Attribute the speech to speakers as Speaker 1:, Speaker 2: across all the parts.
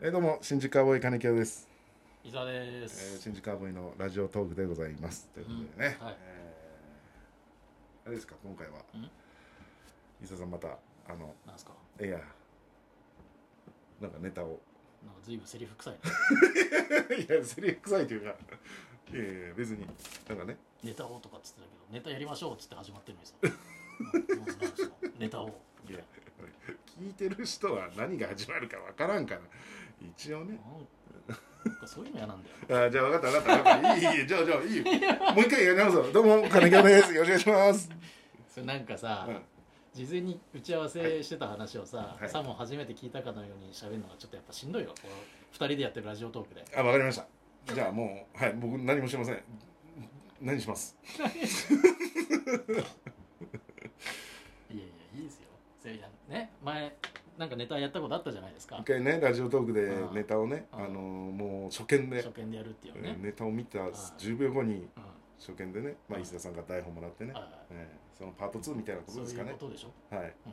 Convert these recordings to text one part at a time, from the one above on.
Speaker 1: えーどうも新宿アボーイ金城です、
Speaker 2: 伊沢で
Speaker 1: え
Speaker 2: す
Speaker 1: ー、、新宿アボーイのラジオトークでございますということでね、
Speaker 2: うんはい
Speaker 1: えーあれですか今回は
Speaker 2: ん
Speaker 1: 伊佐さんまたあの
Speaker 2: なんすか
Speaker 1: いやなんかネタを
Speaker 2: なんか随分セリフ臭いね
Speaker 1: いやセリフ臭いというかいやいや別になんかね
Speaker 2: ネタをとかっつってたけどネタやりましょうっつって始まってる のにさなんかなんかネタを
Speaker 1: いや聞いてる人は何が始まるかわからんから一応ね
Speaker 2: なんかそういうの嫌なんだよ
Speaker 1: あーじゃあ分かった分かった分かったいいいいじゃあじゃあいいよもう一回やり直そうどうも金城ですよろしくお願いします、
Speaker 2: それなんかさ、
Speaker 1: うん
Speaker 2: 事前に打ち合わせしてた話をさ、
Speaker 1: はい
Speaker 2: さも初めて聞いたかのように喋るのがちょっとやっぱしんどいわこの二人でやってるラジオトークで
Speaker 1: あ、わかりました。じゃあもう、はい、僕何もしません。何します。
Speaker 2: いやいやいいですよそれやね前なんかネタやったことあったじゃないですか
Speaker 1: 一回ね、ラジオトークで
Speaker 2: うん
Speaker 1: ネタをね、
Speaker 2: う
Speaker 1: あ
Speaker 2: ん
Speaker 1: のーもう初見で
Speaker 2: 初。見でやるっていううんね、
Speaker 1: ネタを見た
Speaker 2: ん
Speaker 1: 10秒後に
Speaker 2: うん
Speaker 1: 初見でね、まあ、
Speaker 2: うん
Speaker 1: 石田さんが台本もらってね、
Speaker 2: あ
Speaker 1: ええそのパート2みたいなこ
Speaker 2: そ
Speaker 1: と
Speaker 2: う
Speaker 1: です
Speaker 2: い
Speaker 1: か
Speaker 2: う
Speaker 1: ね
Speaker 2: ことでしょ、
Speaker 1: はい
Speaker 2: うん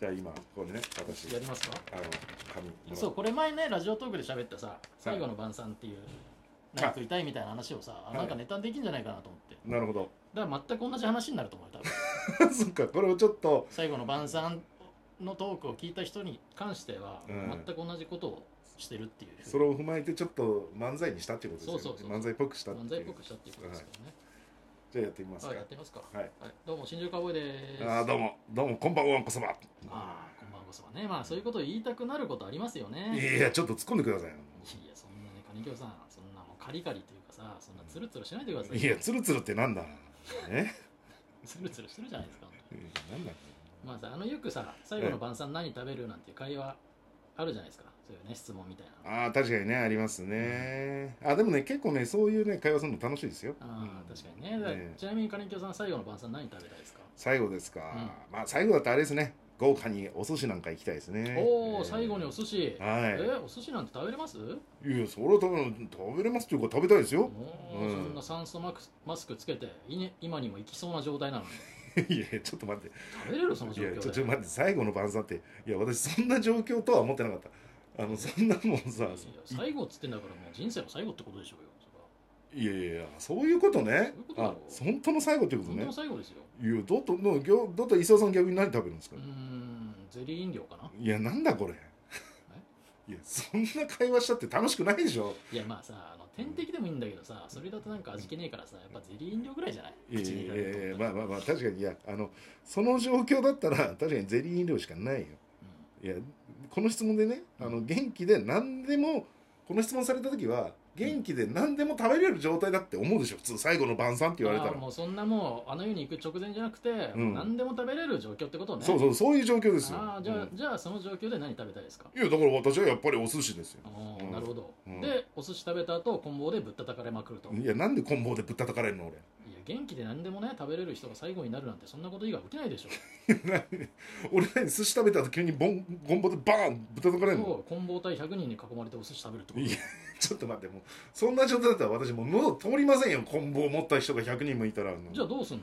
Speaker 1: じゃあ今ここにね私
Speaker 2: やりますか
Speaker 1: あの紙もら
Speaker 2: そうこれ前ねラジオトークで喋ったさ「最後の晩餐」っていうなんか食いたいみたいな話をさ、あ
Speaker 1: い
Speaker 2: なんかネタできんじゃないかなと思って
Speaker 1: なるほど
Speaker 2: だから全く同じ話になると思うよ多分
Speaker 1: そっかこれをちょっと
Speaker 2: 最後の晩餐のトークを聞いた人に関しては、
Speaker 1: うん
Speaker 2: 全く同じことをしてるっていう
Speaker 1: それを踏まえてちょっと漫才にしたっていうことですよね
Speaker 2: そうそうそう
Speaker 1: 漫才っぽくしたっていう
Speaker 2: 漫才っぽくしたっていうことですけどね、
Speaker 1: じゃあやってみますか
Speaker 2: はい、やってみますか、
Speaker 1: はい
Speaker 2: どうも新宿かぼえです
Speaker 1: あーどうもどうもこんばんはんこそば
Speaker 2: あーこんばんはこそばねまあそういうことを言いたくなることありますよねいや
Speaker 1: いやちょっと突っ込んでくださいよ
Speaker 2: そんなね金京さんそんなもうカリカリというかさそんなツルツルしないでください
Speaker 1: いや、ツルツルってなんだえ
Speaker 2: ツルツルしてるじゃないですか本当
Speaker 1: な
Speaker 2: に
Speaker 1: んだ
Speaker 2: まあさあのよくさ最後の晩餐何食べるなんていう会話あるじゃないですかそういうね質問みたいな
Speaker 1: ああ、確かにね、ありますね。あでもね、結構ね、そういうね、会話するの楽しいですよ。
Speaker 2: ああ確か
Speaker 1: に。
Speaker 2: にねだから
Speaker 1: ね
Speaker 2: ちなみに金京さん最後の晩餐何食べたいですか
Speaker 1: 最後ですか。まあ、最後だとあれですね。豪華にお寿司なんか行きたいですね。
Speaker 2: おお
Speaker 1: えー
Speaker 2: 最後にお寿司え
Speaker 1: は
Speaker 2: お寿司なんて食べれます
Speaker 1: い。いや、それは食べ食べれますっていうか、食べたいですよ。
Speaker 2: も
Speaker 1: う
Speaker 2: うんそんな酸素マクスマスクつけていね今にも行きそうな状態なのに
Speaker 1: いや、ちょっと待って。
Speaker 2: 食べれるその
Speaker 1: い
Speaker 2: 状
Speaker 1: や、ちょっと
Speaker 2: 況で
Speaker 1: 待って、最後の晩餐って、いや、私、そんな状況とは思ってなかった。あの、そんなもん
Speaker 2: い
Speaker 1: さ
Speaker 2: や。最後っつってんだからもう人生の最後ってことでしょうよそ
Speaker 1: いやいやいや、そういうことね
Speaker 2: そういうこ。とだ
Speaker 1: あ
Speaker 2: ろ、
Speaker 1: 本当の最後っていう
Speaker 2: れは
Speaker 1: こと
Speaker 2: 本当
Speaker 1: ね
Speaker 2: の。最後ですよ
Speaker 1: いや、だと、もう、ぎょだと、伊沢さん逆に何食べるんですか
Speaker 2: うー。んゼリー飲料かない
Speaker 1: や、なんだこれ。いや、そんな会話したって楽しくないでしょ。
Speaker 2: いやまあさあの点滴でもいいんだけどさそれだとなんか味気ねえからさやっぱゼリー飲料ぐらいじゃない
Speaker 1: いや
Speaker 2: 口
Speaker 1: い
Speaker 2: に入
Speaker 1: や
Speaker 2: れると
Speaker 1: い
Speaker 2: 思
Speaker 1: や、
Speaker 2: った
Speaker 1: ま
Speaker 2: ら
Speaker 1: あまあまあ、確かに、いや、あの、その状況だったら、確かにゼリー飲料しかないよ。いや、この質問でね、あの、元気で何でも、この質問された時は、元気で何でも食べれる状態だって思うでしょ。普通、最後の晩餐って言われた
Speaker 2: あー
Speaker 1: ら。
Speaker 2: もうそんなもうあの世に行く直前じゃなくて、
Speaker 1: ん
Speaker 2: 何でも食べれる状況ってことね
Speaker 1: そうそう、そういう状況ですよ。
Speaker 2: ああじゃあ、
Speaker 1: うん
Speaker 2: じゃあその状況で何食べたいですか
Speaker 1: いや、だから私はやっぱりお寿司ですよ。
Speaker 2: あ
Speaker 1: う
Speaker 2: ー
Speaker 1: ん
Speaker 2: なるほど、
Speaker 1: うん
Speaker 2: でお寿司食べた後棍棒でぶったたかれまくると、い
Speaker 1: い
Speaker 2: や
Speaker 1: や、なんで棍棒でぶったたかれるの俺。
Speaker 2: 元気で何でもね食べれる人が最後になるなんてそんなこと以外起きないでし ょ
Speaker 1: 俺何寿司食べたら急にボンゴンボでバーンぶたたかれんの
Speaker 2: そう棍棒対100人に囲まれてお寿司食べるってこと
Speaker 1: いやちょっと待ってもうそんな状態だったら私もう喉通りませんよ棍棒持った人が100人もいたら
Speaker 2: じゃあどうすんの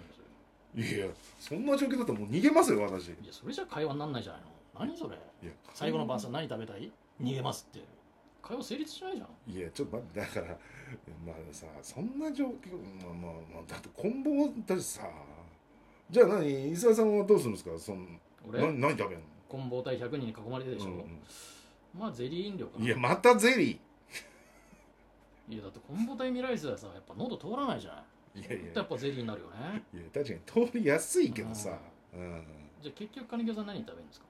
Speaker 2: それ
Speaker 1: いやそんな状況だったらもう逃げますよ私
Speaker 2: いやそれじゃ会話にならないじゃないの何それ
Speaker 1: いや
Speaker 2: 最後の晩餐何食べたい逃げますって会話成立しないじゃん
Speaker 1: いやちょっと待ってだからまあさそんな状況まあまあまあだって棍棒だしさじゃあ何伊沢さんはどうするんですかその
Speaker 2: 俺
Speaker 1: 何何食べん
Speaker 2: 棍棒対100人に囲まれてるでしょ、
Speaker 1: の、
Speaker 2: まあゼリー飲料か
Speaker 1: うん、
Speaker 2: ない
Speaker 1: やまたゼリ
Speaker 2: いやだって棍棒対ミライスはさやっぱ喉通らないじゃな
Speaker 1: ー
Speaker 2: い
Speaker 1: いやい
Speaker 2: や
Speaker 1: や
Speaker 2: やっぱゼリーになるよね
Speaker 1: いや確かに通りやすいけどさうん
Speaker 2: じゃあ結局金魚さん何食べるんですか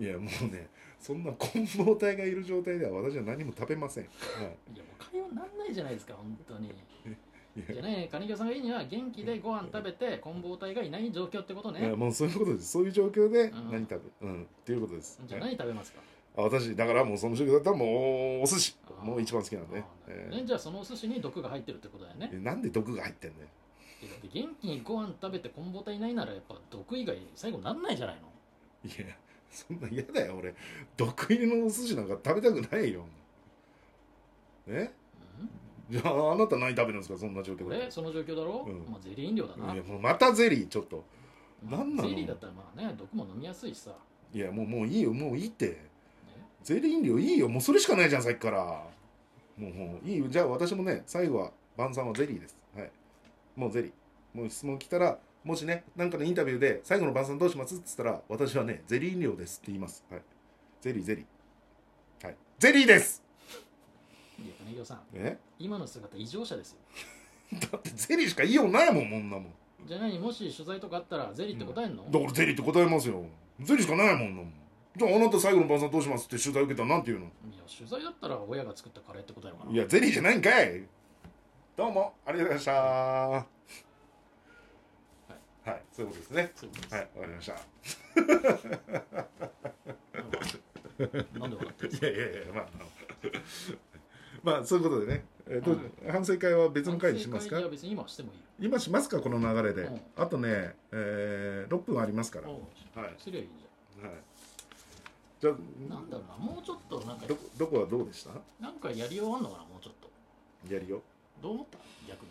Speaker 1: いやもうねそんな混合体がいる状態では私は何も食べません、はい
Speaker 2: やもう会話にならないじゃないですか本当に
Speaker 1: い、い
Speaker 2: じゃ
Speaker 1: や
Speaker 2: あね金魚さんがいいには元気でご飯食べて棍棒隊がいない状況ってこと
Speaker 1: い
Speaker 2: ね
Speaker 1: やもうそういうことですそういう状況で
Speaker 2: うん
Speaker 1: 何食べうんっていうことです
Speaker 2: じゃあ
Speaker 1: はい
Speaker 2: 何食べますか
Speaker 1: あ私だからもうその状況だったらもうお寿司
Speaker 2: あー
Speaker 1: もう一番好きなんでね
Speaker 2: あーなる
Speaker 1: え
Speaker 2: ほどねじゃあそのお寿司に毒が入ってるってことだよね
Speaker 1: ーえなんで毒が入ってんだよ
Speaker 2: いやだって元気にご飯食べて棍棒隊いないならやっぱ毒以外最後なんないじゃないの
Speaker 1: いやそんな嫌だよ俺毒入りのお寿司なんか食べたくないよえじゃああなた何食べるんですかそんな状況
Speaker 2: こ
Speaker 1: で
Speaker 2: れその状況だろ、
Speaker 1: うん
Speaker 2: まあ、ゼリー飲料だない
Speaker 1: やもうまたゼリーちょっとなんなの
Speaker 2: ゼリーだったらまあね毒も飲みやすいしさ、ね、
Speaker 1: いやもうもういいよもういいってゼリー飲料いいよもうそれしかないじゃんさっきからもうもういいよじゃあ私もね最後は晩餐はゼリーですはいもうゼリーもう質問来たらもしねなんかのインタビューで最後の晩餐どうしますっつったら私はねゼリー飲料ですって言いますはいゼリーゼリーはいゼリーです
Speaker 2: いや金城さん
Speaker 1: え
Speaker 2: 今の姿異常者ですよ
Speaker 1: だってゼリーしか言いようないもんもんなもん
Speaker 2: じゃあ何もし取材とかあったらゼリーって答えんの、
Speaker 1: だからゼリーって答えますよゼリーしかないもんなもんじゃああなた最後の晩餐どうしますって取材受けたらなんて言うの
Speaker 2: いや取材だったら親が作ったカレーって答えるかない
Speaker 1: や、ゼリーじゃないんかい。どうも、ありがとうございました。はい、そういうことですね。
Speaker 2: そういうことです
Speaker 1: はい、わかりました。い
Speaker 2: なんで笑ってる
Speaker 1: やいやいや、まあ、あの まあ、そういうことでね。えーどう反省会は 別の回にしますか
Speaker 2: いや別に今はしてもいいよ
Speaker 1: 今しますかこの流れで、
Speaker 2: うん
Speaker 1: あとね、えー、6分ありますから、はい
Speaker 2: おう
Speaker 1: はい
Speaker 2: すりゃいいじ
Speaker 1: じゃあ
Speaker 2: ゃんなんだろうなもうちょっとなんか
Speaker 1: どどこはどうでした
Speaker 2: なんかやりようあんのかなもうちょっと
Speaker 1: やりよ
Speaker 2: どう思った逆に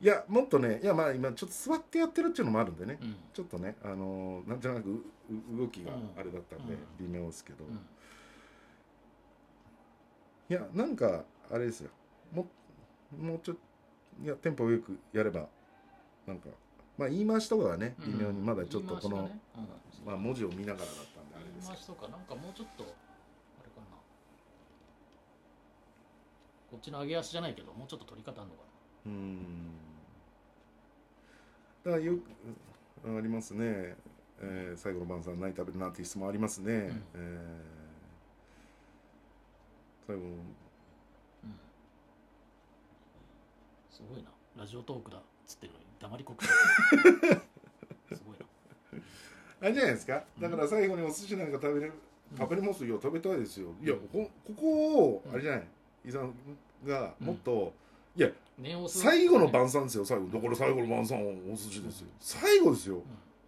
Speaker 1: いやもっとねいやまあ今ちょっと座ってやってるっていうのもあるんでね、
Speaker 2: うん
Speaker 1: ちょっとねあのーなんじゃなくうう動きがあれだったんで
Speaker 2: う
Speaker 1: 微妙ですけど、
Speaker 2: うん
Speaker 1: いやなんかあれですよももうちょっといやテンポよくやればなんかまあ言い回しとかはね
Speaker 2: うん
Speaker 1: 微妙にまだちょっとこの、
Speaker 2: 言い回しがねうん
Speaker 1: まあ、文字を見ながらだったんであれで
Speaker 2: 言い
Speaker 1: す
Speaker 2: 回しとかなんかもうちょっとあれかなこっちの上げ足じゃないけどもうちょっと取り方あんのか
Speaker 1: けどうーんだからよくうんありますね、えー最後の晩餐何食べるなっていう質問ありますね、えー最後の
Speaker 2: なうんすごいなラジオトークだっつってるのに黙り こくすごいな
Speaker 1: あれじゃないですか
Speaker 2: うん
Speaker 1: だから最後にお寿司なんか食べれる、
Speaker 2: うん
Speaker 1: 食べれますよ食べたいですよいや
Speaker 2: うん
Speaker 1: こここを
Speaker 2: うん
Speaker 1: あれじゃない伊沢がもっと、いや
Speaker 2: 念を押す
Speaker 1: 最後の晩餐ですよ最後だから最後の晩餐はお寿司ですよ最後ですよ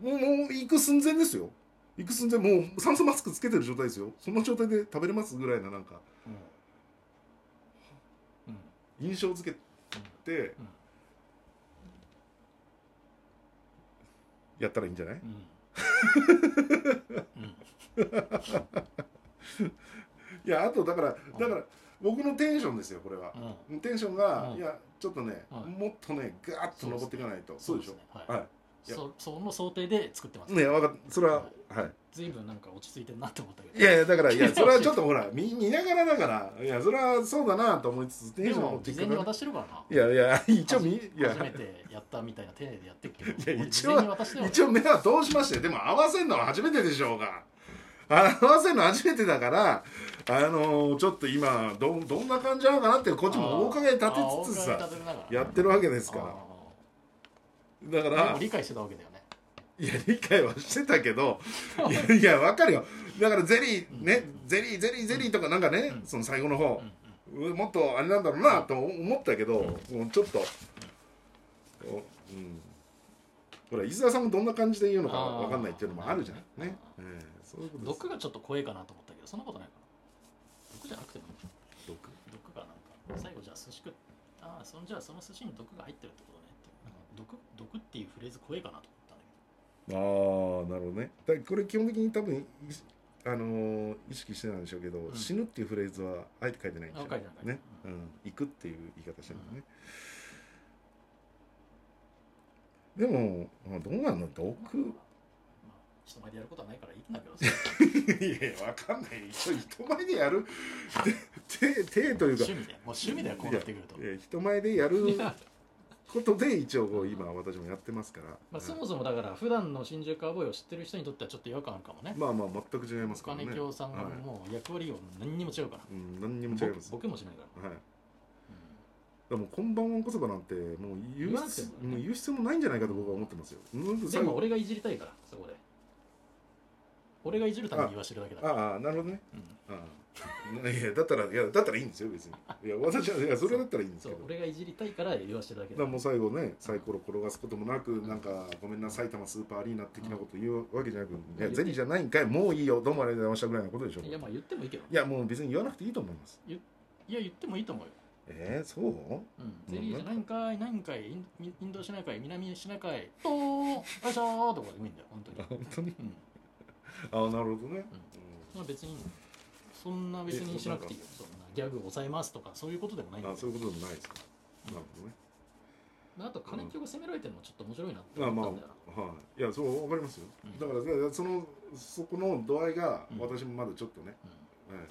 Speaker 2: うん
Speaker 1: もうもう行く寸前ですよ行く寸前もう酸素マスクつけてる状態ですよその状態で食べれますぐらいななんか
Speaker 2: うんうん
Speaker 1: 印象付けて
Speaker 2: うん
Speaker 1: やったらいいんじゃない
Speaker 2: うんうん
Speaker 1: いやあとだから
Speaker 2: うん
Speaker 1: だから僕のテンションですよこれは、
Speaker 2: うん
Speaker 1: テンションが、
Speaker 2: うん
Speaker 1: いやちょっとね、
Speaker 2: はい
Speaker 1: もっとねガーッと登っていかないとそうでしょ
Speaker 2: すねはい
Speaker 1: はいいや
Speaker 2: そその想定で作ってます
Speaker 1: ねわかっそれはは
Speaker 2: 随分なんか落ち着いてんなって思ったけど
Speaker 1: いいやいやだから いやそれはちょっとほら見見ながらだからいやそれはそうだなと思いつつテン
Speaker 2: で
Speaker 1: ション持っ
Speaker 2: も
Speaker 1: て
Speaker 2: 事
Speaker 1: い
Speaker 2: 前
Speaker 1: く
Speaker 2: に
Speaker 1: から
Speaker 2: 渡してるからない
Speaker 1: やいや一応見いや
Speaker 2: 初めてやったみたいな丁寧でやってるけど
Speaker 1: いや
Speaker 2: もう
Speaker 1: 一
Speaker 2: 事
Speaker 1: 応
Speaker 2: 前に渡しては
Speaker 1: 一応目は通しましたよでも合わせるのは初めてでしょうがあ合わせるの初めてだからあのーちょっと今どどんな感じなのかなってこっちも大陰立てつつ
Speaker 2: あー大
Speaker 1: さ
Speaker 2: 陰立てながら
Speaker 1: やってるわけです
Speaker 2: あ
Speaker 1: か
Speaker 2: ー
Speaker 1: らだか
Speaker 2: で
Speaker 1: ら
Speaker 2: も理解してたわけだよね
Speaker 1: いや理解はしてたけどいやいやわかるよだからゼリーねゼリーゼリーゼリーとかなんかね、
Speaker 2: うん
Speaker 1: その最後の方
Speaker 2: う、ん
Speaker 1: うんもっとあれなんだろうなと思ったけど、もうちょっと、おうん、ほら伊沢さんもどんな感じで言うのか
Speaker 2: あー
Speaker 1: わかんないっていうのもあるじゃんね
Speaker 2: なる
Speaker 1: ええそういうこ
Speaker 2: うん
Speaker 1: とです
Speaker 2: 毒がちょっと怖いかなと思ったけどそんなことないかな毒じゃなくてもいい
Speaker 1: 毒
Speaker 2: 毒がなんか最後じゃあ寿司食っああそんじゃあその寿司に毒が入ってるってことねってなんか毒毒っていうフレーズ怖いかなと思ったんだ
Speaker 1: ああなるほどねだからこれ基本的に多分いあのー意識してないんでしょうけど、
Speaker 2: ん
Speaker 1: 死ぬっていうフレーズはあえて書いてないんでしょ
Speaker 2: あ書いてない
Speaker 1: ね、うん、行くっていう言い方してるのね、でも、まあ、どうなの
Speaker 2: けど、
Speaker 1: 毒
Speaker 2: まあ、人前でやることはないからいいんだけど
Speaker 1: いやいやわかんない人人前でやる手手と いうか
Speaker 2: 趣味でもう趣味だよこうなってくると
Speaker 1: いやいや人前でやる
Speaker 2: いや
Speaker 1: ことで一応こう今私もやってますから、
Speaker 2: まあ、そもそもだから普段の新宿カウボーイを知ってる人にとってはちょっと違和感あるかもね
Speaker 1: まあまあ全く違いますからね
Speaker 2: 金京さんが
Speaker 1: はい
Speaker 2: もう役割を何にも違うから、
Speaker 1: うん、何にも違います
Speaker 2: ボケもしないから、
Speaker 1: はい
Speaker 2: うん
Speaker 1: でも「こんばんはこそば」なんてもう言
Speaker 2: 言
Speaker 1: う
Speaker 2: わなく
Speaker 1: 必
Speaker 2: て
Speaker 1: 要
Speaker 2: も
Speaker 1: も,、
Speaker 2: ね
Speaker 1: う言う必要もないんじゃないかと僕は思ってますよなんか
Speaker 2: で
Speaker 1: 最
Speaker 2: も
Speaker 1: 後
Speaker 2: 俺がいじりたいからそこで俺がいじるために言わしてるだけだから、
Speaker 1: ああなるほどね
Speaker 2: うん
Speaker 1: ああいやだったらいやだったらいいんですよ別にいや私はいやそれだったらいいんです
Speaker 2: そ
Speaker 1: け
Speaker 2: う
Speaker 1: ど
Speaker 2: 俺がいじりたいから言わしてるだけ
Speaker 1: だ
Speaker 2: だ
Speaker 1: か
Speaker 2: からら
Speaker 1: もう最後ねサイコロ転がすこともなくなんかごめんな埼玉スーパーアリーナ的なこと言うわけじゃなく「いやゼリーじゃないんかいもういいよどうもありがとうございました」ぐらいのことでしょ
Speaker 2: いやまあ言ってもいいけど
Speaker 1: いやもう別に言わなくていいと思います
Speaker 2: いや言ってもいいと思うよ、
Speaker 1: えー、 そう
Speaker 2: うん、ゼリーじゃないんかいないんかいインインドシナ海南シナ海とーよいしょーと かでもいいんだよ本当に
Speaker 1: あ、本当に
Speaker 2: うん
Speaker 1: あなるほどね、
Speaker 2: まあ別にそそんな別にしなくていいよ
Speaker 1: え
Speaker 2: そんなギャグ抑えますとかそういうことでもないんだ
Speaker 1: あ
Speaker 2: よ
Speaker 1: そういうことでもないですかなるほどね
Speaker 2: あと金清が責められてるのちょっと面白いなって
Speaker 1: まあま
Speaker 2: 思
Speaker 1: あ
Speaker 2: ったんだよな、
Speaker 1: はいいやそうわかりますよ
Speaker 2: うん
Speaker 1: だからだからそのそこの度合いが
Speaker 2: うん
Speaker 1: 私もまだちょっとね、え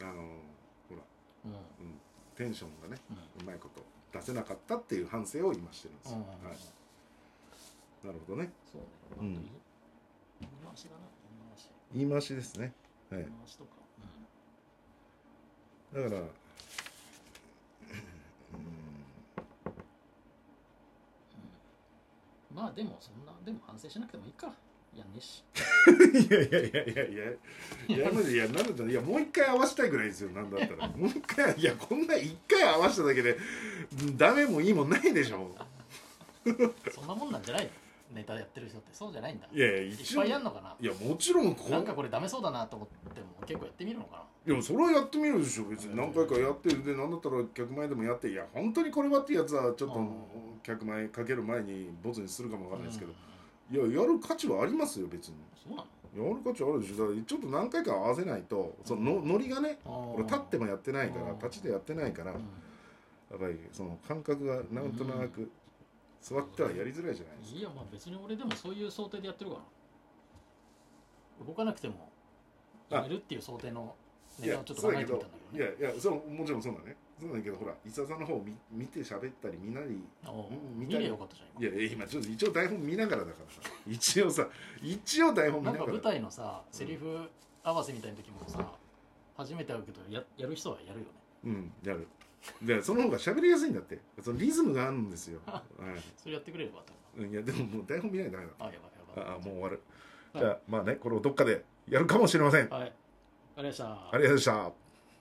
Speaker 1: えあのほら
Speaker 2: うんうん
Speaker 1: テンションがね
Speaker 2: うん
Speaker 1: うまいこと出せなかったっていう反省を今してるんですよ、
Speaker 2: うん
Speaker 1: はい、なるほどね
Speaker 2: そうね
Speaker 1: うん
Speaker 2: まあ言い回しだな言い回し
Speaker 1: 言い回しですね、はい
Speaker 2: 言い回しとか、うん
Speaker 1: だから、うん、
Speaker 2: まあでもそんなでも反省しなくてもいいかやんねえし
Speaker 1: いやいやいやいやいやいやめていやなんだったらいやもう一回合わせたいぐらいですよなんだった らもう一回いやこんな一回合わせただけでうんダメもいいもんないでしょ
Speaker 2: そんなもんなんじゃないのネタやってる人ってそうじゃないんだ
Speaker 1: いやいや
Speaker 2: いっ
Speaker 1: 一応
Speaker 2: ぱい
Speaker 1: い
Speaker 2: や
Speaker 1: や
Speaker 2: んのかな
Speaker 1: もちろんこ
Speaker 2: なんかこれダメそうだなと思っても結構やってみるのか
Speaker 1: でもそれはやってみるでしょ別に何回かやってるで何だったら客前でもやっていや本当にこれはってやつはちょっ
Speaker 2: う
Speaker 1: と
Speaker 2: ん
Speaker 1: 客前かける前にボツにするかもわか
Speaker 2: な
Speaker 1: んないですけど
Speaker 2: うん、
Speaker 1: いややる価値はありますよ別に
Speaker 2: そうな
Speaker 1: やる価値あるでしょだからちょっと何回か合わせないとそののノリがね
Speaker 2: の
Speaker 1: 俺立っても
Speaker 2: や
Speaker 1: やってないから
Speaker 2: うん
Speaker 1: 立ちでやってないからやっぱりその感覚がなんとなく座ってはやりづらいじゃないですか
Speaker 2: いやまあ別に俺でもそういう想定でやってるから動かなくてもやめるっていう想定の
Speaker 1: い
Speaker 2: ネタ
Speaker 1: や
Speaker 2: をちょっと
Speaker 1: そう
Speaker 2: 考
Speaker 1: だ
Speaker 2: え
Speaker 1: け
Speaker 2: てみ
Speaker 1: ど
Speaker 2: たんだけ
Speaker 1: い
Speaker 2: ど
Speaker 1: や
Speaker 2: ね
Speaker 1: いやそうもちろんそうだねそうだけどほら伊沢さんの方を見見て喋ったり見なり
Speaker 2: おう
Speaker 1: うん
Speaker 2: 見
Speaker 1: 見た
Speaker 2: れ
Speaker 1: い
Speaker 2: ばよかったじゃん
Speaker 1: い
Speaker 2: 今
Speaker 1: やいや今ちょっと一応台本見ながらだからさ一応さ一応台本見
Speaker 2: な
Speaker 1: なんが
Speaker 2: から舞台のさ、セリフ合わせみたいな時もさ、初めて会うけどや、やる人はやるよね。
Speaker 1: うんやるでその方が喋りやすいんだってそのリズムがあるんですよ、は
Speaker 2: それやってくれればと
Speaker 1: いうん、いやでももう台本見ないとダメだ
Speaker 2: 思う。あ、やばいやば
Speaker 1: あ
Speaker 2: い。
Speaker 1: あもう終わる、
Speaker 2: はい
Speaker 1: じゃあまあねこれをどっかでやるかもしれません、あり
Speaker 2: はい。ありがとうございました
Speaker 1: がとうございました